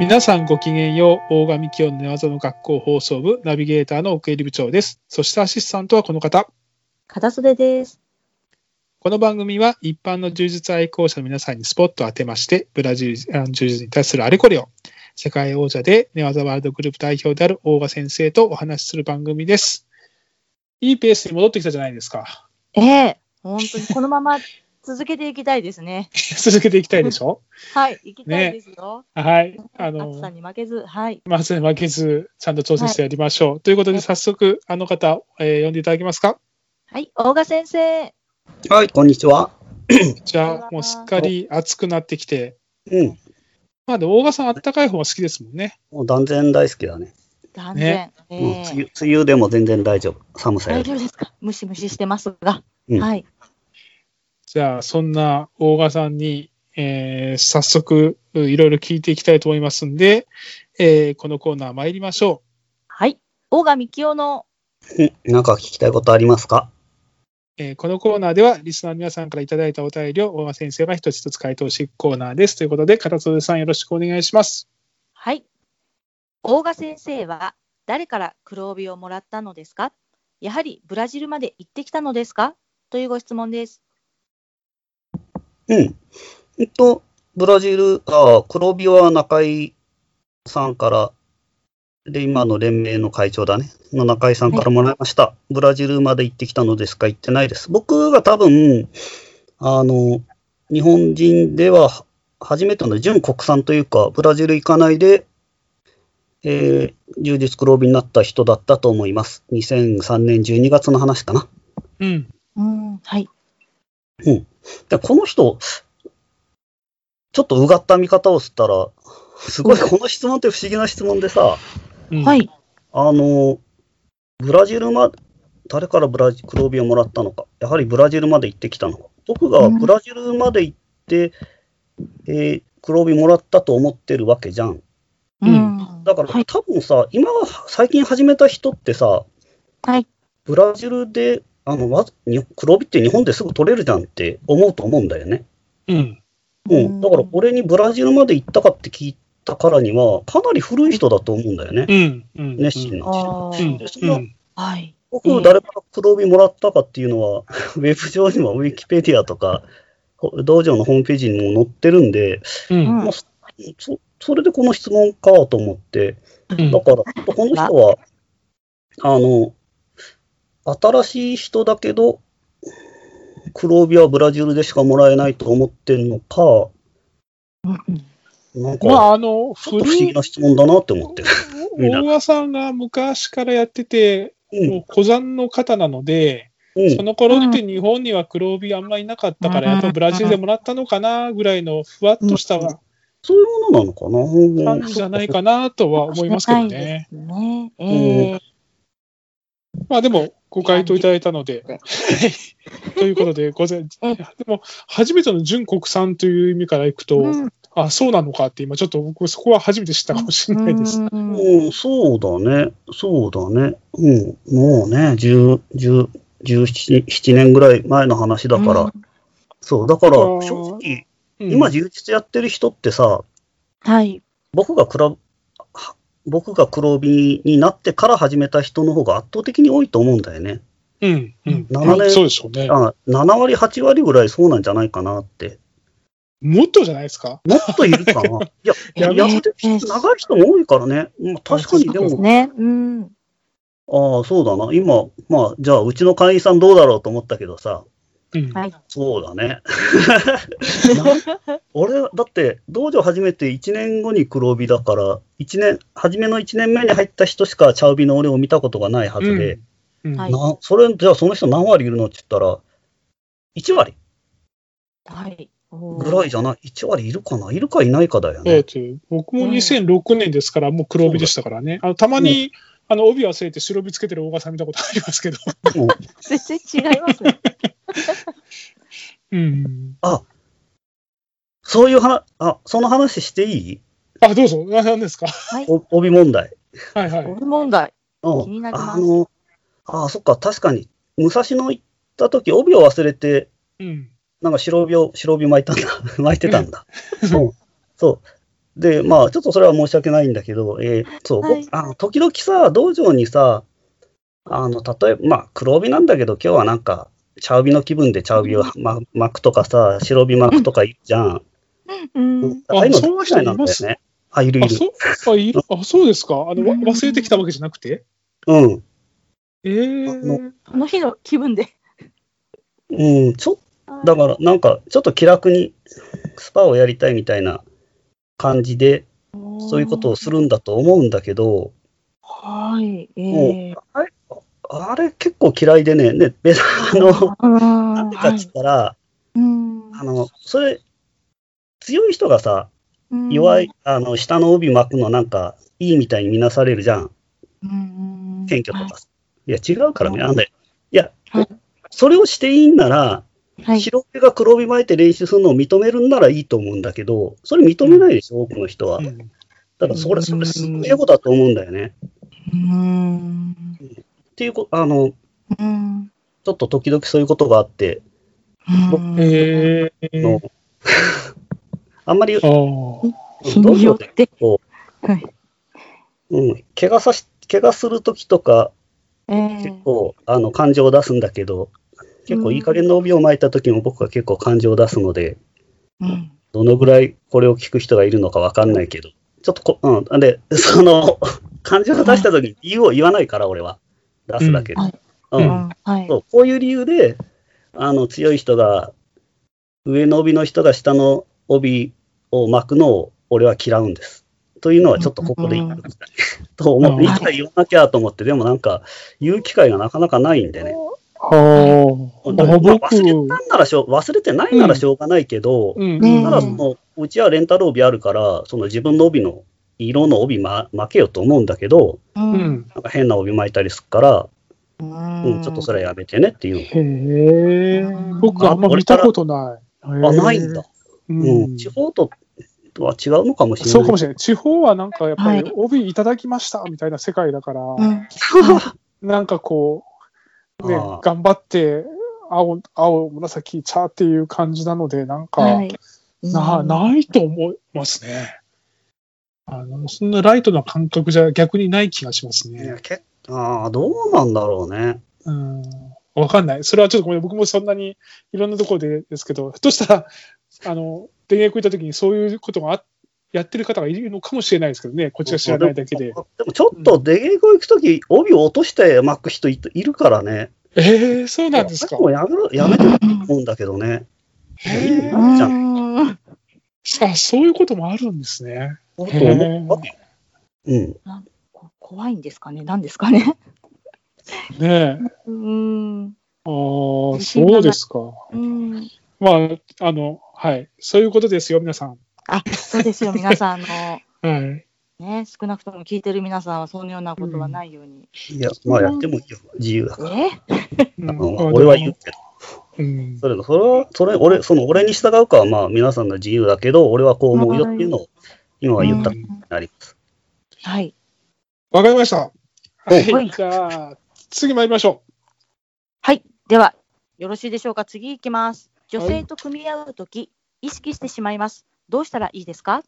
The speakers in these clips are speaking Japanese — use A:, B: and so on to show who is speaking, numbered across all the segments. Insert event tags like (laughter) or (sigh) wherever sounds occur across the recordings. A: 皆さんごきげんよう。大神清の寝技の学校放送部ナビゲーターの奥入部長です。そしてアシスタントはこの方。
B: 片袖です。
A: この番組は一般の柔術愛好者の皆さんにスポットを当てまして、ブラジル柔術に対するあれこれを、世界王者で寝技ワールドグループ代表である大賀先生とお話しする番組です。いいペースに戻ってきたじゃないですか。 (laughs)
B: ええー、本当にこのま (laughs) ま続けていきたいですね。
A: 続けていきたいでしょ
B: はい、いきたいですよ。
A: ね、はい。あ
B: の、暑さに負けず、はい。
A: 暑さに負けず、ちゃんと調整してやりましょう。はい、ということで、早速、あの方、えー、呼んでいただけますか。
B: はい、大賀先生。
C: はい、こんにちは。
A: じゃあ、もうすっかり暑くなってきて。
C: うん。
A: まあ、でも、大賀さん、あったかい方が好きですもんね。
C: もう断然大好きだね。
B: 断然。ね
C: えー、うん梅、梅雨でも全然大丈夫。寒さ
B: より。大丈夫ですか。ムシムシしてますが。うん、はい。
A: じゃあ、そんな大賀さんに、えー、早速、いろいろ聞いていきたいと思いますんで、えー、このコーナー参りましょう。
B: はい。大賀幹雄の。
C: なんか聞きたいことありますか
A: えー、このコーナーでは、リスナーの皆さんからいただいたお便りを大賀先生が一つ一つ回答していくコーナーです。ということで、片袖さんよろしくお願いします。
B: はい。大賀先生は、誰から黒帯をもらったのですかやはりブラジルまで行ってきたのですかというご質問です。
C: うん。えっと、ブラジル、あ黒帯は中井さんから、で、今の連盟の会長だね、の中井さんからもらいました。はい、ブラジルまで行ってきたのですか行ってないです。僕が多分、あの、日本人では初めての純国産というか、ブラジル行かないで、えー、充実黒帯になった人だったと思います。2003年12月の話かな。
A: うん。
B: うん、はい。
C: うん。で、この人、ちょっとうがった見方をしたら、すごい、この質問って不思議な質問でさ、
B: はい。
C: あの、ブラジルま、誰からブラジ黒帯をもらったのか、やはりブラジルまで行ってきたのか、僕がブラジルまで行って、うん、えー、黒帯もらったと思ってるわけじゃん。
B: うん、
C: だから、はい、多分さ、今最近始めた人ってさ、
B: はい、
C: ブラジルであの、わに黒帯って日本ですぐ取れるじゃんって思うと思うんだよね。
A: うん。
C: うん。だから、俺にブラジルまで行ったかって聞いたからには、かなり古い人だと思うんだよね。
A: うん。うん、
C: 熱心な人。
B: うん。で、その、はい。
C: 僕、誰から黒帯もらったかっていうのは、 (laughs) うん、ウェブ上にはウィキペディアとか、道場のホームページにも載ってるんで、
A: うん。まあ、
C: そそれでこの質問かと思って、うん、だから、この人は、あの、新しい人だけど、黒帯はブラジルでしかもらえないと思ってるのか、なんか、
A: まあ、あの
C: 不思議な質問だなって思ってる。
A: 大和さんが昔からやってて、うん、もう古参の方なので、うん、その頃って日本には黒帯あんまりなかったから、うん、やっぱブラジルでもらったのかなぐらいのふわっとした
C: そういうものなの
A: かな感じじゃないかなとは思いますけどね。
B: ねえー、
A: まあでも、ご回答いただいたので。ということで、ごぜん、でも、初めての純国産という意味からいくと、うん、あ、そうなのかって、今ちょっと僕、そこは初めて知ったかもしれないです。
C: うん、うん、そうだね。そうだね。うん。もうね、10、10、17年ぐらい前の話だから。うん、そう、だから、正直、今、充実やってる人ってさ、
B: はい。
C: 僕がクラブ、僕が黒帯になってから始めた人の方が圧倒的に多いと思うんだよね。
A: うん、うん。
C: 7
A: 年、そうでしょうね。あ
C: 7割、8割ぐらいそうなんじゃないかなって。
A: もっとじゃないですか
C: もっといるかな。いや、 (laughs) ややめて長い人も多いからね。まあ、確かにでも。
B: でね。うん。
C: ああ、そうだな。今、まあ、じゃあ、うちの会員さんどうだろうと思ったけどさ。
A: うん、
C: そうだね。俺、だって、道場始めて1年後に黒帯だから、1年、初めの1年目に入った人しか茶帯の俺を見たことがないはずで、
A: うんうん、
C: なそれ、じゃあその人何割いるのって言ったら、1割。
B: はい。
C: ぐらいじゃない ?1 割いるかないるかいないかだよね。
A: えー、僕も2006年ですから、もう黒帯でしたからね。あのたまに、あの帯忘れて白帯つけてる大川さん見たことありますけど。
B: 全然違いますね。
A: うん、
C: あそういう話、あその話していい
A: あどうぞ、何ですか、
B: はい、
C: 帯問題。
A: はいはい、
B: 帯問題。
C: うん、
B: 気になり
C: あのあ、そっか、確かに、武蔵野行った時帯を忘れて、
A: うん、
C: (laughs) なんか白帯を、白帯巻いたんだ、巻いてたんだ。うん、そう。で、まあ、ちょっとそれは申し訳ないんだけど、えーそう、
B: はい
C: 僕あ時々さ、道場にさ、あの、例えば、まあ、黒帯なんだけど、今日はなんか、茶帯の気分で茶帯をま巻くとかさ、白帯巻くとかいいじゃん。
B: うん。
C: ああいうの
A: そういう人
C: なんだ
A: いま
C: よ
A: す
C: ね。あ、いるい
A: あ、
C: る。
A: そう、あ、いるあ、そうですか。あの、わ
B: うん
A: 忘れてきたわけじゃなくて。
C: うん。
A: えー、
B: この日の気分で。
C: うん、ちょっだから、なんか、ちょっと気楽にスパをやりたいみたいな感じで、そういうことをするんだと思うんだけど、
B: はい。え
C: も
B: え
C: う、あれ、あれ結構嫌いでね、ね、別あの、
B: うん
C: なんでかっつったら、
B: うん
C: あの、それ、強い人がさ、
B: うん
C: 弱い、あの、下の帯巻くのなんか、いいみたいに見なされるじゃん。
B: うん
C: 謙虚とか。いや、違うからね、なんだよ。いや
B: はい、
C: それをしていいんなら、
B: はい。
C: 白帯が黒帯巻いて練習するのを認めるんならいいと思うんだけど、それ認めないでしょ、多くの人は。
A: うん
C: だからそれ、
A: うん
C: それすごいエゴだと思うんだよね。
B: うん
C: っていうこあの、
B: うん
C: ちょっと時々そういうことがあって、
B: うん
A: え
C: あ
A: ー
C: の (laughs) あんまり、
A: あー
B: 日によって。
C: こ
B: はい。
C: う、うん、怪我さし、怪我するときとか、
B: ええ
C: 結構、あの、感情を出すんだけど、結構いい加減な帯を巻いたときも僕は結構感情を出すので、
B: うん
C: どのぐらいこれを聞く人がいるのかわかんないけど、ちょっとこ、うん、あで、その、 (laughs) 感情を出したときに理由を言わないから、俺は。出すだけで。
A: うん
C: うん
B: うんはい
C: そうこういう理由で、あの強い人が、上の帯の人が下の帯を巻くのを俺は嫌うんです。というのはちょっとここで言いたかったね (laughs) と思っ
A: うん
C: て、いつか言わなきゃと思って、でもなんか言う機会がなかなかないんでね。
A: は
C: だから
A: あ。
C: まあ
A: 僕、
C: 忘れたんならしょう、忘れてないならしょうがないけど、
A: うん
B: ねえ
C: ただその、うちはレンタル帯あるから、その自分の帯の色の帯、ま、巻けよと思うんだけど、
B: う
A: うんん。
C: なんか変な帯巻いたりするから、
B: うん
C: うん、ちょっとそれはやめてねっていう
A: へえ
B: う。ん
A: 僕、あんま見たことない。
C: の。あ、ないんだ。
A: う
C: うん、
A: ん。
C: 地方とは違うのかもしれない。
A: そうかもしれない。地方はなんかやっぱ
B: は
A: り帯いただきましたみたいな世界だから、
B: うん
A: なんかこう、ね
C: あー、
A: 頑張って、青、青、紫、茶っていう感じなので、なんか、
B: はい
A: な
B: うん
A: ないと思いますね。あの、そんなライトな感覚じゃ逆にない気がします
C: いや
A: ね。
C: けああ、どうなんだろうね。
A: うん。わかんない。それはちょっとごめん、僕もそんなにいろんなところでですけど、ひょっとしたら、あの、電撃行った時にそういうことがあやってる方がいるのかもしれないですけどね、こっちが知らないだけで
C: で。も。でもちょっと出稽古行くとき、帯を落として巻く人いいるからね。
A: ええそうなんですか。
C: もうやめろやめてると思うんだけどね。
A: へ
C: いいな
A: ー
C: じゃ
B: うん
A: あ、そういうこともあるんですね。
C: そうと
A: へ
C: 思う。うん。
B: こ怖いんですかね何です
A: (laughs)
B: かね
A: え。ねえ。
B: うん
A: ああ、そうですか。
B: うん
A: まあ、あの、はい。そういうことですよ、皆さん。
B: あそうですよ皆さんあ
A: はい。
B: のね少なくとも聞いてる皆さんはそのようなことはないように
C: いや、まあやってもいいよ。自由だから。
B: え
A: うん
C: うん俺は言うけど。
A: うん。
C: それそれは、それ、俺、その俺に従うかは、まあ皆さんの自由だけど、俺はこう思うよっていうのを、今は言った
A: う
C: と
A: ん
C: なります。
B: はい
A: わかりました。は
C: はい
A: い。じゃあ、次参りましょ
B: はいではよろしいでしょうか次いきます女性と組み合うとき意識してしまいますどうしたらいいですか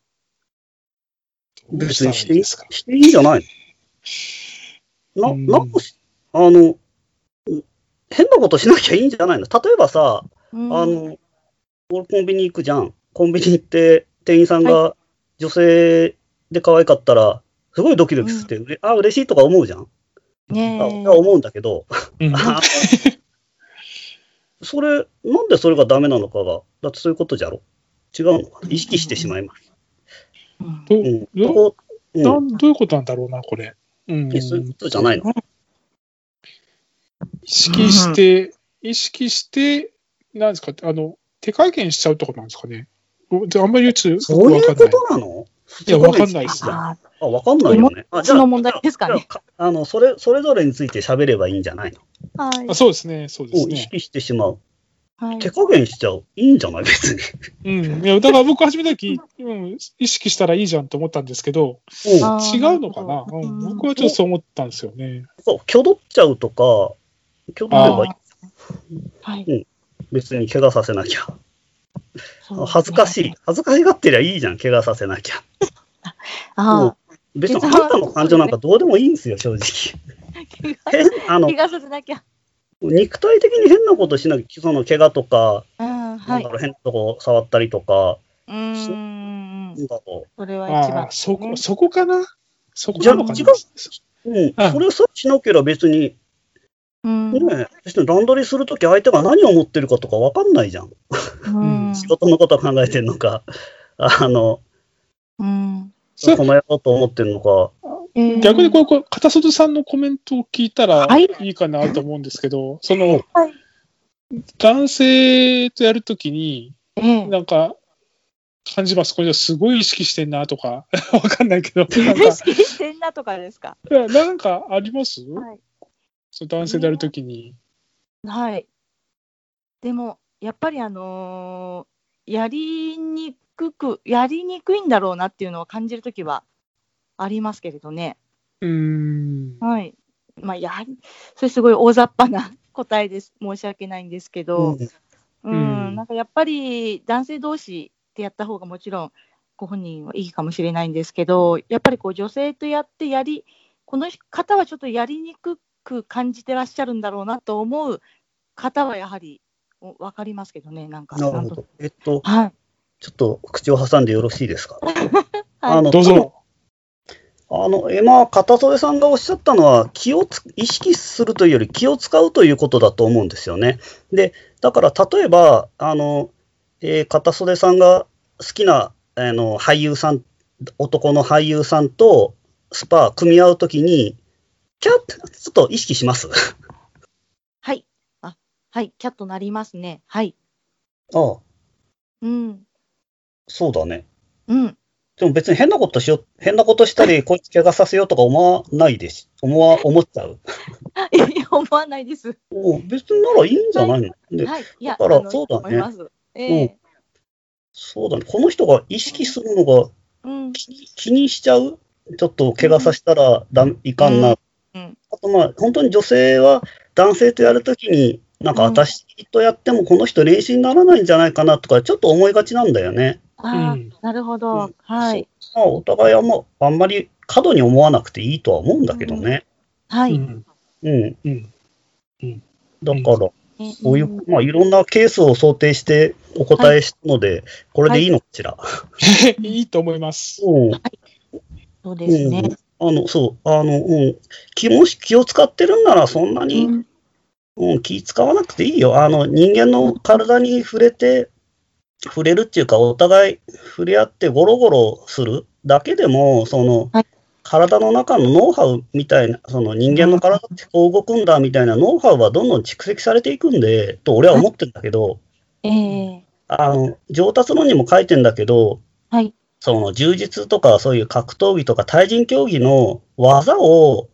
A: う。
C: 別にして
A: ど
C: いうい
A: たらい
C: していいんじゃないの
A: うん
C: な、なんかし、あの、う変なことしなきゃいいんじゃないの例えばさ、
B: あ
C: あの、俺コンビニ行くじゃん。コンビニ行って、店員さんが女性で可愛かったら、すごいドキドキして、うれあ、嬉しいとか思うじゃん。
B: ねえ
C: あ思うんだけど、
A: いですか。
C: あ (laughs) それ、なんでそれがダメなのかが、だってそういうことじゃろ。違うのかな意識してしまいます。
B: うん
A: う
C: うんん。そこう
A: ど
C: ん
A: な。んどういうことなんだろうな、これ。うん。
C: えそういうことじゃないの
A: 意識して、意識して、なんですか、あの、手加減しちゃうってことなんですかね。おであんまり言うとよく
C: そう
A: わ
C: い
A: か
C: う
A: な
C: んこ
A: い。
C: となの
A: いやわかんないっす
C: あ、
B: あ
C: わかんないよね。あ、
B: その問題ですかね
C: じゃああの、それ、それぞれについて喋ればいいんじゃないの
B: ーはい
A: あそうですね、そうです
C: を意
A: ね。
C: 識してしまう。
B: はい
C: 手加減しちゃう。いいんじゃない別に。
A: うん。いや、だから僕始めた時、うん、意識したらいいじゃんと思ったんですけど、
C: うん。
B: あ
A: 違
B: ー
A: うのかな、
B: るほ
A: う
B: ど
A: ん、僕はちょっとそう思ったんですよね。
C: そう、挙動っちゃうとか、挙動ればいい。
B: はい
C: 別に怪我させなきゃ。
B: そうですね
C: 恥ずかしい。恥ずかしがってりゃいいじゃん。怪我させなきゃ。
B: ああ、
C: 別に
B: 実
C: あ
B: は
C: なたの感情なんかどうでもいいんですよ、正直。
B: (laughs) 怪我
C: 変、あの
B: 怪、我させなきゃ。
C: 肉体的に変なことしなきゃ、その怪我とか、
B: うん、
C: な
B: は
C: ん
B: い。
C: だ
B: う
C: ろう、変なとこ触ったりとか、
B: ーん
C: な。んだろ
B: それは一
A: あ
B: 番
A: あ、。そこ、そこかなそこ
C: じゃ
A: なの
C: あ
A: かな
C: 違うう。うん、
A: あ
C: それさえしなければ別に、
B: うん。
C: ねえ、別に乱取りするとき相手が何を持ってるかとかわかんないじゃん。
B: うん
C: 仕事のこと考えてるのか、あの、
B: うん。
A: それ
C: この野郎と思ってるのか、
A: 逆にこ
B: う
A: れ、これ片袖さんのコメントを聞いたら
B: はい
A: いいかなと思うんですけど、その
B: はい、
A: 男性とやるときに、
B: ん、ええ
A: なんか、感じます。これすごい意識してんなとか、 (laughs) わかんないけど、なん
B: 意
A: か
B: 識してんなとかですか。
A: いや、なんかあります、
B: はい
A: その男性でやるときに。
B: はい。でも、やっぱりあのーやりにくく、やりにくいんだろうなっていうのを感じるときはありますけれどね。
A: うーん。
B: はい。まあ、やはり、それすごい大雑把な答えです。申し訳ないんですけど、
C: うん
B: うん、
A: うん
B: なんかやっぱり男性同士でやった方がもちろんご本人はいいかもしれないんですけど、やっぱりこう女性とやってやり、この方はちょっとやりにくく感じてらっしゃるんだろうなと思う方はやはりお分かりますけどね、なんか。
C: なる
B: ん
C: ほ
B: と
C: ど。えっと、
B: はい。
C: ちょっと口を挟んでよろしいですか。
B: はい
C: あの
A: どうぞ。
C: あの、え、まあ、片袖さんがおっしゃったのは、気をつ、意識するというより気を使うということだと思うんですよね。で、だから、例えば、あの、えー片袖さんが好きな、あの、俳優さん、男の俳優さんとスパー組み合うときに、キャッて、ちょっと意識します。
B: はい。あ、はい。キャットなりますね。はい。
C: ああ、
B: うん。
C: そうだね。 (laughs)
B: うん。
C: でも別に変なことしよ、変なことした (laughs) り、こいつ怪我させようとか思わないでし、思わ、思っちゃう。
B: いや思わないです。
C: もう別にならいいんじゃないので
B: はい。いや、
C: だから
B: あの
C: そうだね
B: 思います。ええ
C: そうだね。この人が意識するのが
B: うん。
C: 気に気にしちゃうちょっと怪我させたらだいかん
B: うん
C: な。
B: うん
C: あとまあ、本当に女性は男性とやるときに、なん
B: う
C: か
B: ん
C: 私とやってもこの人練習にならないんじゃないかなとか、ちょっと思いがちなんだよね。
B: ああ、
A: うん
B: なるほ
C: う
B: ど
C: ん。
B: はい。
C: まあ、お互いはもうあんまり過度に思わなくていいとは思うんだけどね。
B: は
A: う
B: い。
A: ん。
C: うん。
A: うん。
C: だから、
B: え、
C: そういううんまあ、いろんなケースを想定してお答えしたので、これでいいのかしら。
A: いいと思います。
C: うん。
B: そうですね。
C: うん、あの、そう、あの、うん、気もし気を使ってるんならそんなに、
B: うん
C: うん、気使わなくていいよ。あの、人間の体に触れて、触れるっていうか、お互い触れ合ってゴロゴロするだけでも、その、
B: はい
C: 体の中のノウハウみたいな、その人間の体ってこう動くんだみたいなノウハウはどんどん蓄積されていくんで、と俺は思ってるんだけど、
B: ええ
C: あの、上達論にも書いてんだけど、
B: はい。
C: その柔術とかそういう格闘技とか対人競技の技を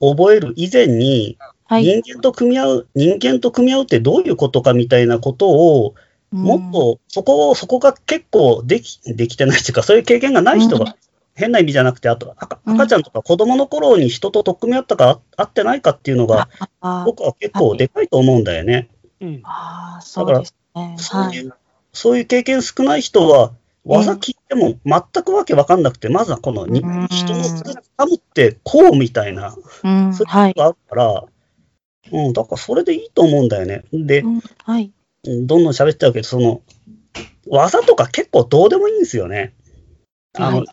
C: 覚える以前に、
B: はい。
C: 人間と組み合う、人間と組み合うってどういうことかみたいなことを、もっと、そこを、そこが結構でき、できてないっていうか、そういう経験がない人
B: うん
C: が、変な意味じゃなくて、あと赤、
B: うん
C: 赤ちゃんとか子供の頃に人と取っ組み合ったか、あ合ってないかっていうのが、
B: うん、あ
C: 僕は結構でかいと思うんだよね。
A: うん。
B: あ、そうですね。
C: そう
B: はいい。
C: う、そういう経験少ない人は、技聞いても全くわけわかんなくて、まずはこのに
B: うん
C: 人のつかむってこうみたいな、
B: うん。
C: そういう
B: はい
C: こ。とがあるから、うん、だからそれでいいと思うんだよね。で
B: う、んはい。
C: どんどん喋っちゃうけど、その、技とか結構どうでもいいんですよね。あの、
B: はい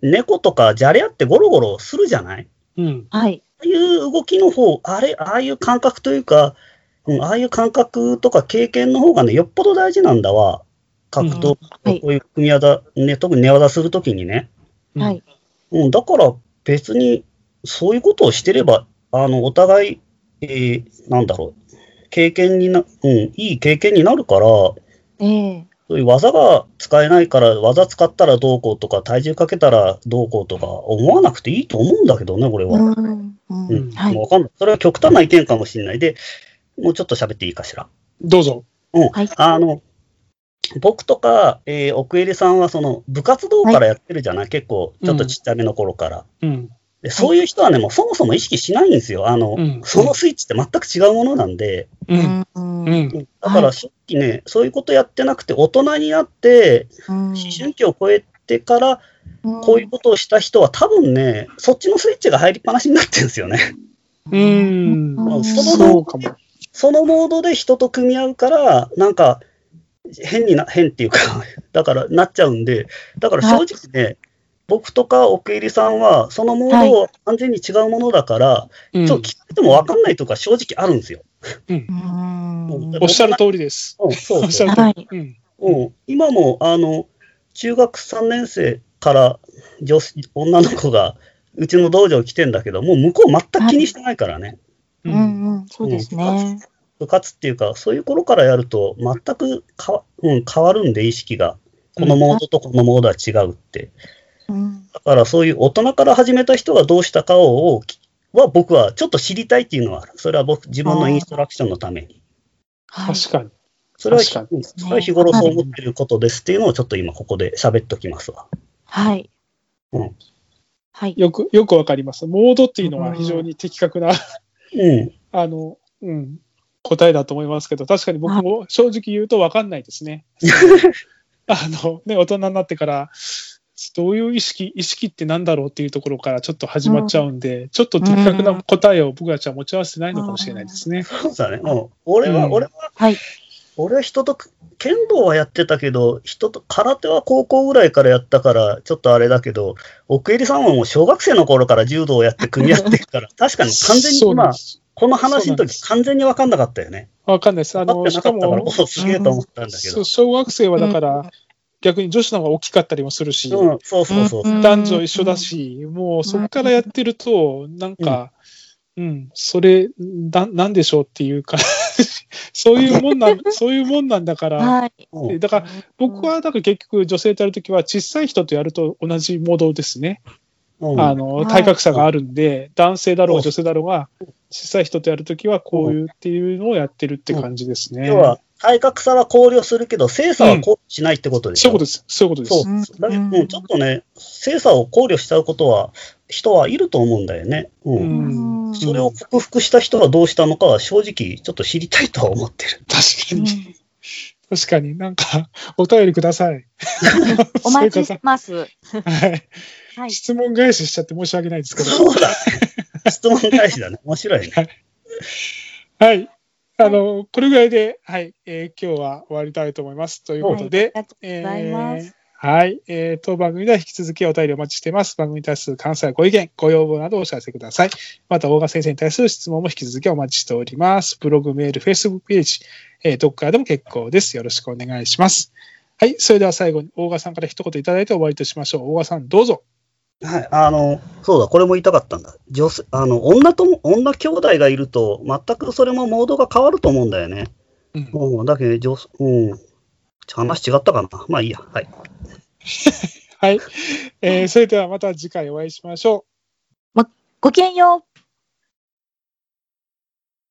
C: 猫とかじゃれ合ってゴロゴロするじゃない
A: うん。
B: はい。
C: ああいう動きの方、あれ、ああいう感覚というか、うん、ああいう感覚とか経験の方がね、よっぽど大事なんだわ。格闘、
B: うんはい
C: こういう組み技、ね、特に寝技するときにね。
A: うん
B: はい。
C: うん、だから別に、そういうことをしてれば、あの、お互い、えーなんだろう、経験にな、うん、いい経験になるから、
B: ええ
C: そういう技が使えないから、技使ったらどうこうとか、体重かけたらどうこうとか、思わなくていいと思うんだけどね、これは。
B: うん。う
C: うんん、
B: はい。
C: わかんない。それは極端な意見かもしれない。で、もうちょっと喋っていいかしら。
A: どうぞ。
C: うん。
B: はい
C: あの、僕とか、えー奥入さんは、その、部活動からやってるじゃない、結構、ちょっとちっちゃめの頃から。
A: うん。
C: でそういう人はね、もうそもそも意識しないんですよ。あの、
A: うん
C: そのスイッチって全く違うものなんで、
A: う。
B: うんんうん
A: う
B: うん
A: ん。
C: だから正直ね、そういうことやってなくて、大人になって、思春期を超えてから、こういうことをした人は多分ね、そっちのスイッチが入りっぱなしになってるんですよね。
A: うー。
B: うんん
A: そうかも。
C: そのモードで人と組み合うから、なんか、変にな、変っていうか、 (laughs) だから、なっちゃうんで、だから正直ね、僕とか奥入さんは、そのモードを完全に違うものだから、
A: うん
C: ちょっと聞かれても分かんないとか正直あるんですよ。
B: うん
A: おっしゃる通りです。
C: うん、そ
A: お
C: う
A: っし
C: そ
A: ゃ
C: う
A: る通
B: は
A: り。うん。
C: うん、今も、あの、中学3年生から女子、女の子が、うちの道場来てんだけど、もう向こう全く気にしてないからね。
B: う
A: うん。
B: んうん、そうですね。
C: 部活っていうか、そういう頃からやると、全くかわ、うん、変わるんで、意識が。このモードとこのモードは違うって。
B: うん
C: だから、そういう大人から始めた人がどうしたかを、は僕はちょっと知りたいっていうのはある、それは僕、自分のインストラクションのために。
B: はい
A: 確かに。
C: それは、
A: 確
C: うんそれは日頃そう思ってることですっていうのを、ちょっと今ここで喋っときますわ。
B: はい
C: うん。
B: はい。
A: よく、よくわかります。モードっていうのは非常に的確な、
C: うん。
A: あの、うん、答えだと思いますけど、確かに僕も正直言うとわかんないです
C: (laughs)
A: ね。あの、ね、大人になってから、どういう意識、意識ってなんだろうっていうところからちょっと始まっちゃうんで、ちょっと的確な答えを僕たちは持ち合わせてないのかもしれないですね。
C: そうだね。うん、俺は、
A: うん
C: 俺は、
B: はい
C: 俺は人とく、剣道はやってたけど、人と、空手は高校ぐらいからやったから、ちょっとあれだけど、奥襟さんはもう小学生の頃から柔道をやって組み合って
A: (laughs)
C: るから、確かに完全に
A: そうなん
C: 今
A: で、す
C: この話
A: そ
C: の
A: うなんです
C: 時完全に分かんなかったよね。
A: わかんないです。あ
C: 分か
A: の、
C: って
A: し
C: なか
A: か
C: ったから、お
A: も、
C: すげえと思ったんだけ
A: そ
C: ど
A: う。小学生はだから、逆に女子の方が大きかったりもするし、
C: うん、そうそうそう。
B: うん
A: 男女一緒だし、もうそこからやってると、なんか、うん、それ、ななんでしょうっていうか、 (laughs) そういうもん
B: (laughs)
A: なん、そういうもんなんだから、
B: はい。
C: うん
A: だから僕は、だから結局女性とやるときは、小さい人とやると同じモードですね。
C: うん
A: あの、
B: はい
A: 体格差があるんで、男性だろ
C: そうう
A: 女性だろうが、小さい人とやるときはこういうっていうのをやってるって感じですね。
C: 要は、体格差は考慮するけど、精査は考慮しないってことでし
A: そう
C: ょ。
A: いうことです。そういうことです。
C: そう
B: うん。
C: だけど、
B: うん
C: うんちょっとね、精査を考慮しちゃうことは、人はいると思うんだよね。う。
A: うんん
B: うん
C: それを克服した人はどうしたのかは、正直、ちょっと知りたいとは思ってる。
A: 確かに、確かになんか、 (laughs) お便りください。
B: (laughs) お待ちしてます。
A: はい。
B: (laughs) はい。
A: 質問返ししちゃって申し訳ないですけど。
C: そうだね。質問返しだね。面白いね。
A: はい。あの、これぐらいで、はい、えー今日は終わりたいと思います。ということで、
B: ありがとうございます。
A: えーはい、えー当番組では引き続きお便りお待ちしています。番組に対する関西ご意見、ご要望などをお知らせください。また、大賀先生に対する質問も引き続きお待ちしております。ブログ、メール、Facebook ページ、えーどこからでも結構です。よろしくお願いします。はい、それでは最後に大賀さんから一言いただいて終わりとしましょう。大賀さん、どうぞ。
C: はい。あの、そうだ、これも言いたかったんだ。女性、あの、女とも、女兄弟がいると、全くそれもモードが変わると思うんだよね。
A: うん
C: うん。だけど、女性、うん。話違ったかな。まあいいや。はい。
A: はい、えーそれではまた次回お会いしましょう。
B: ごきげんよう。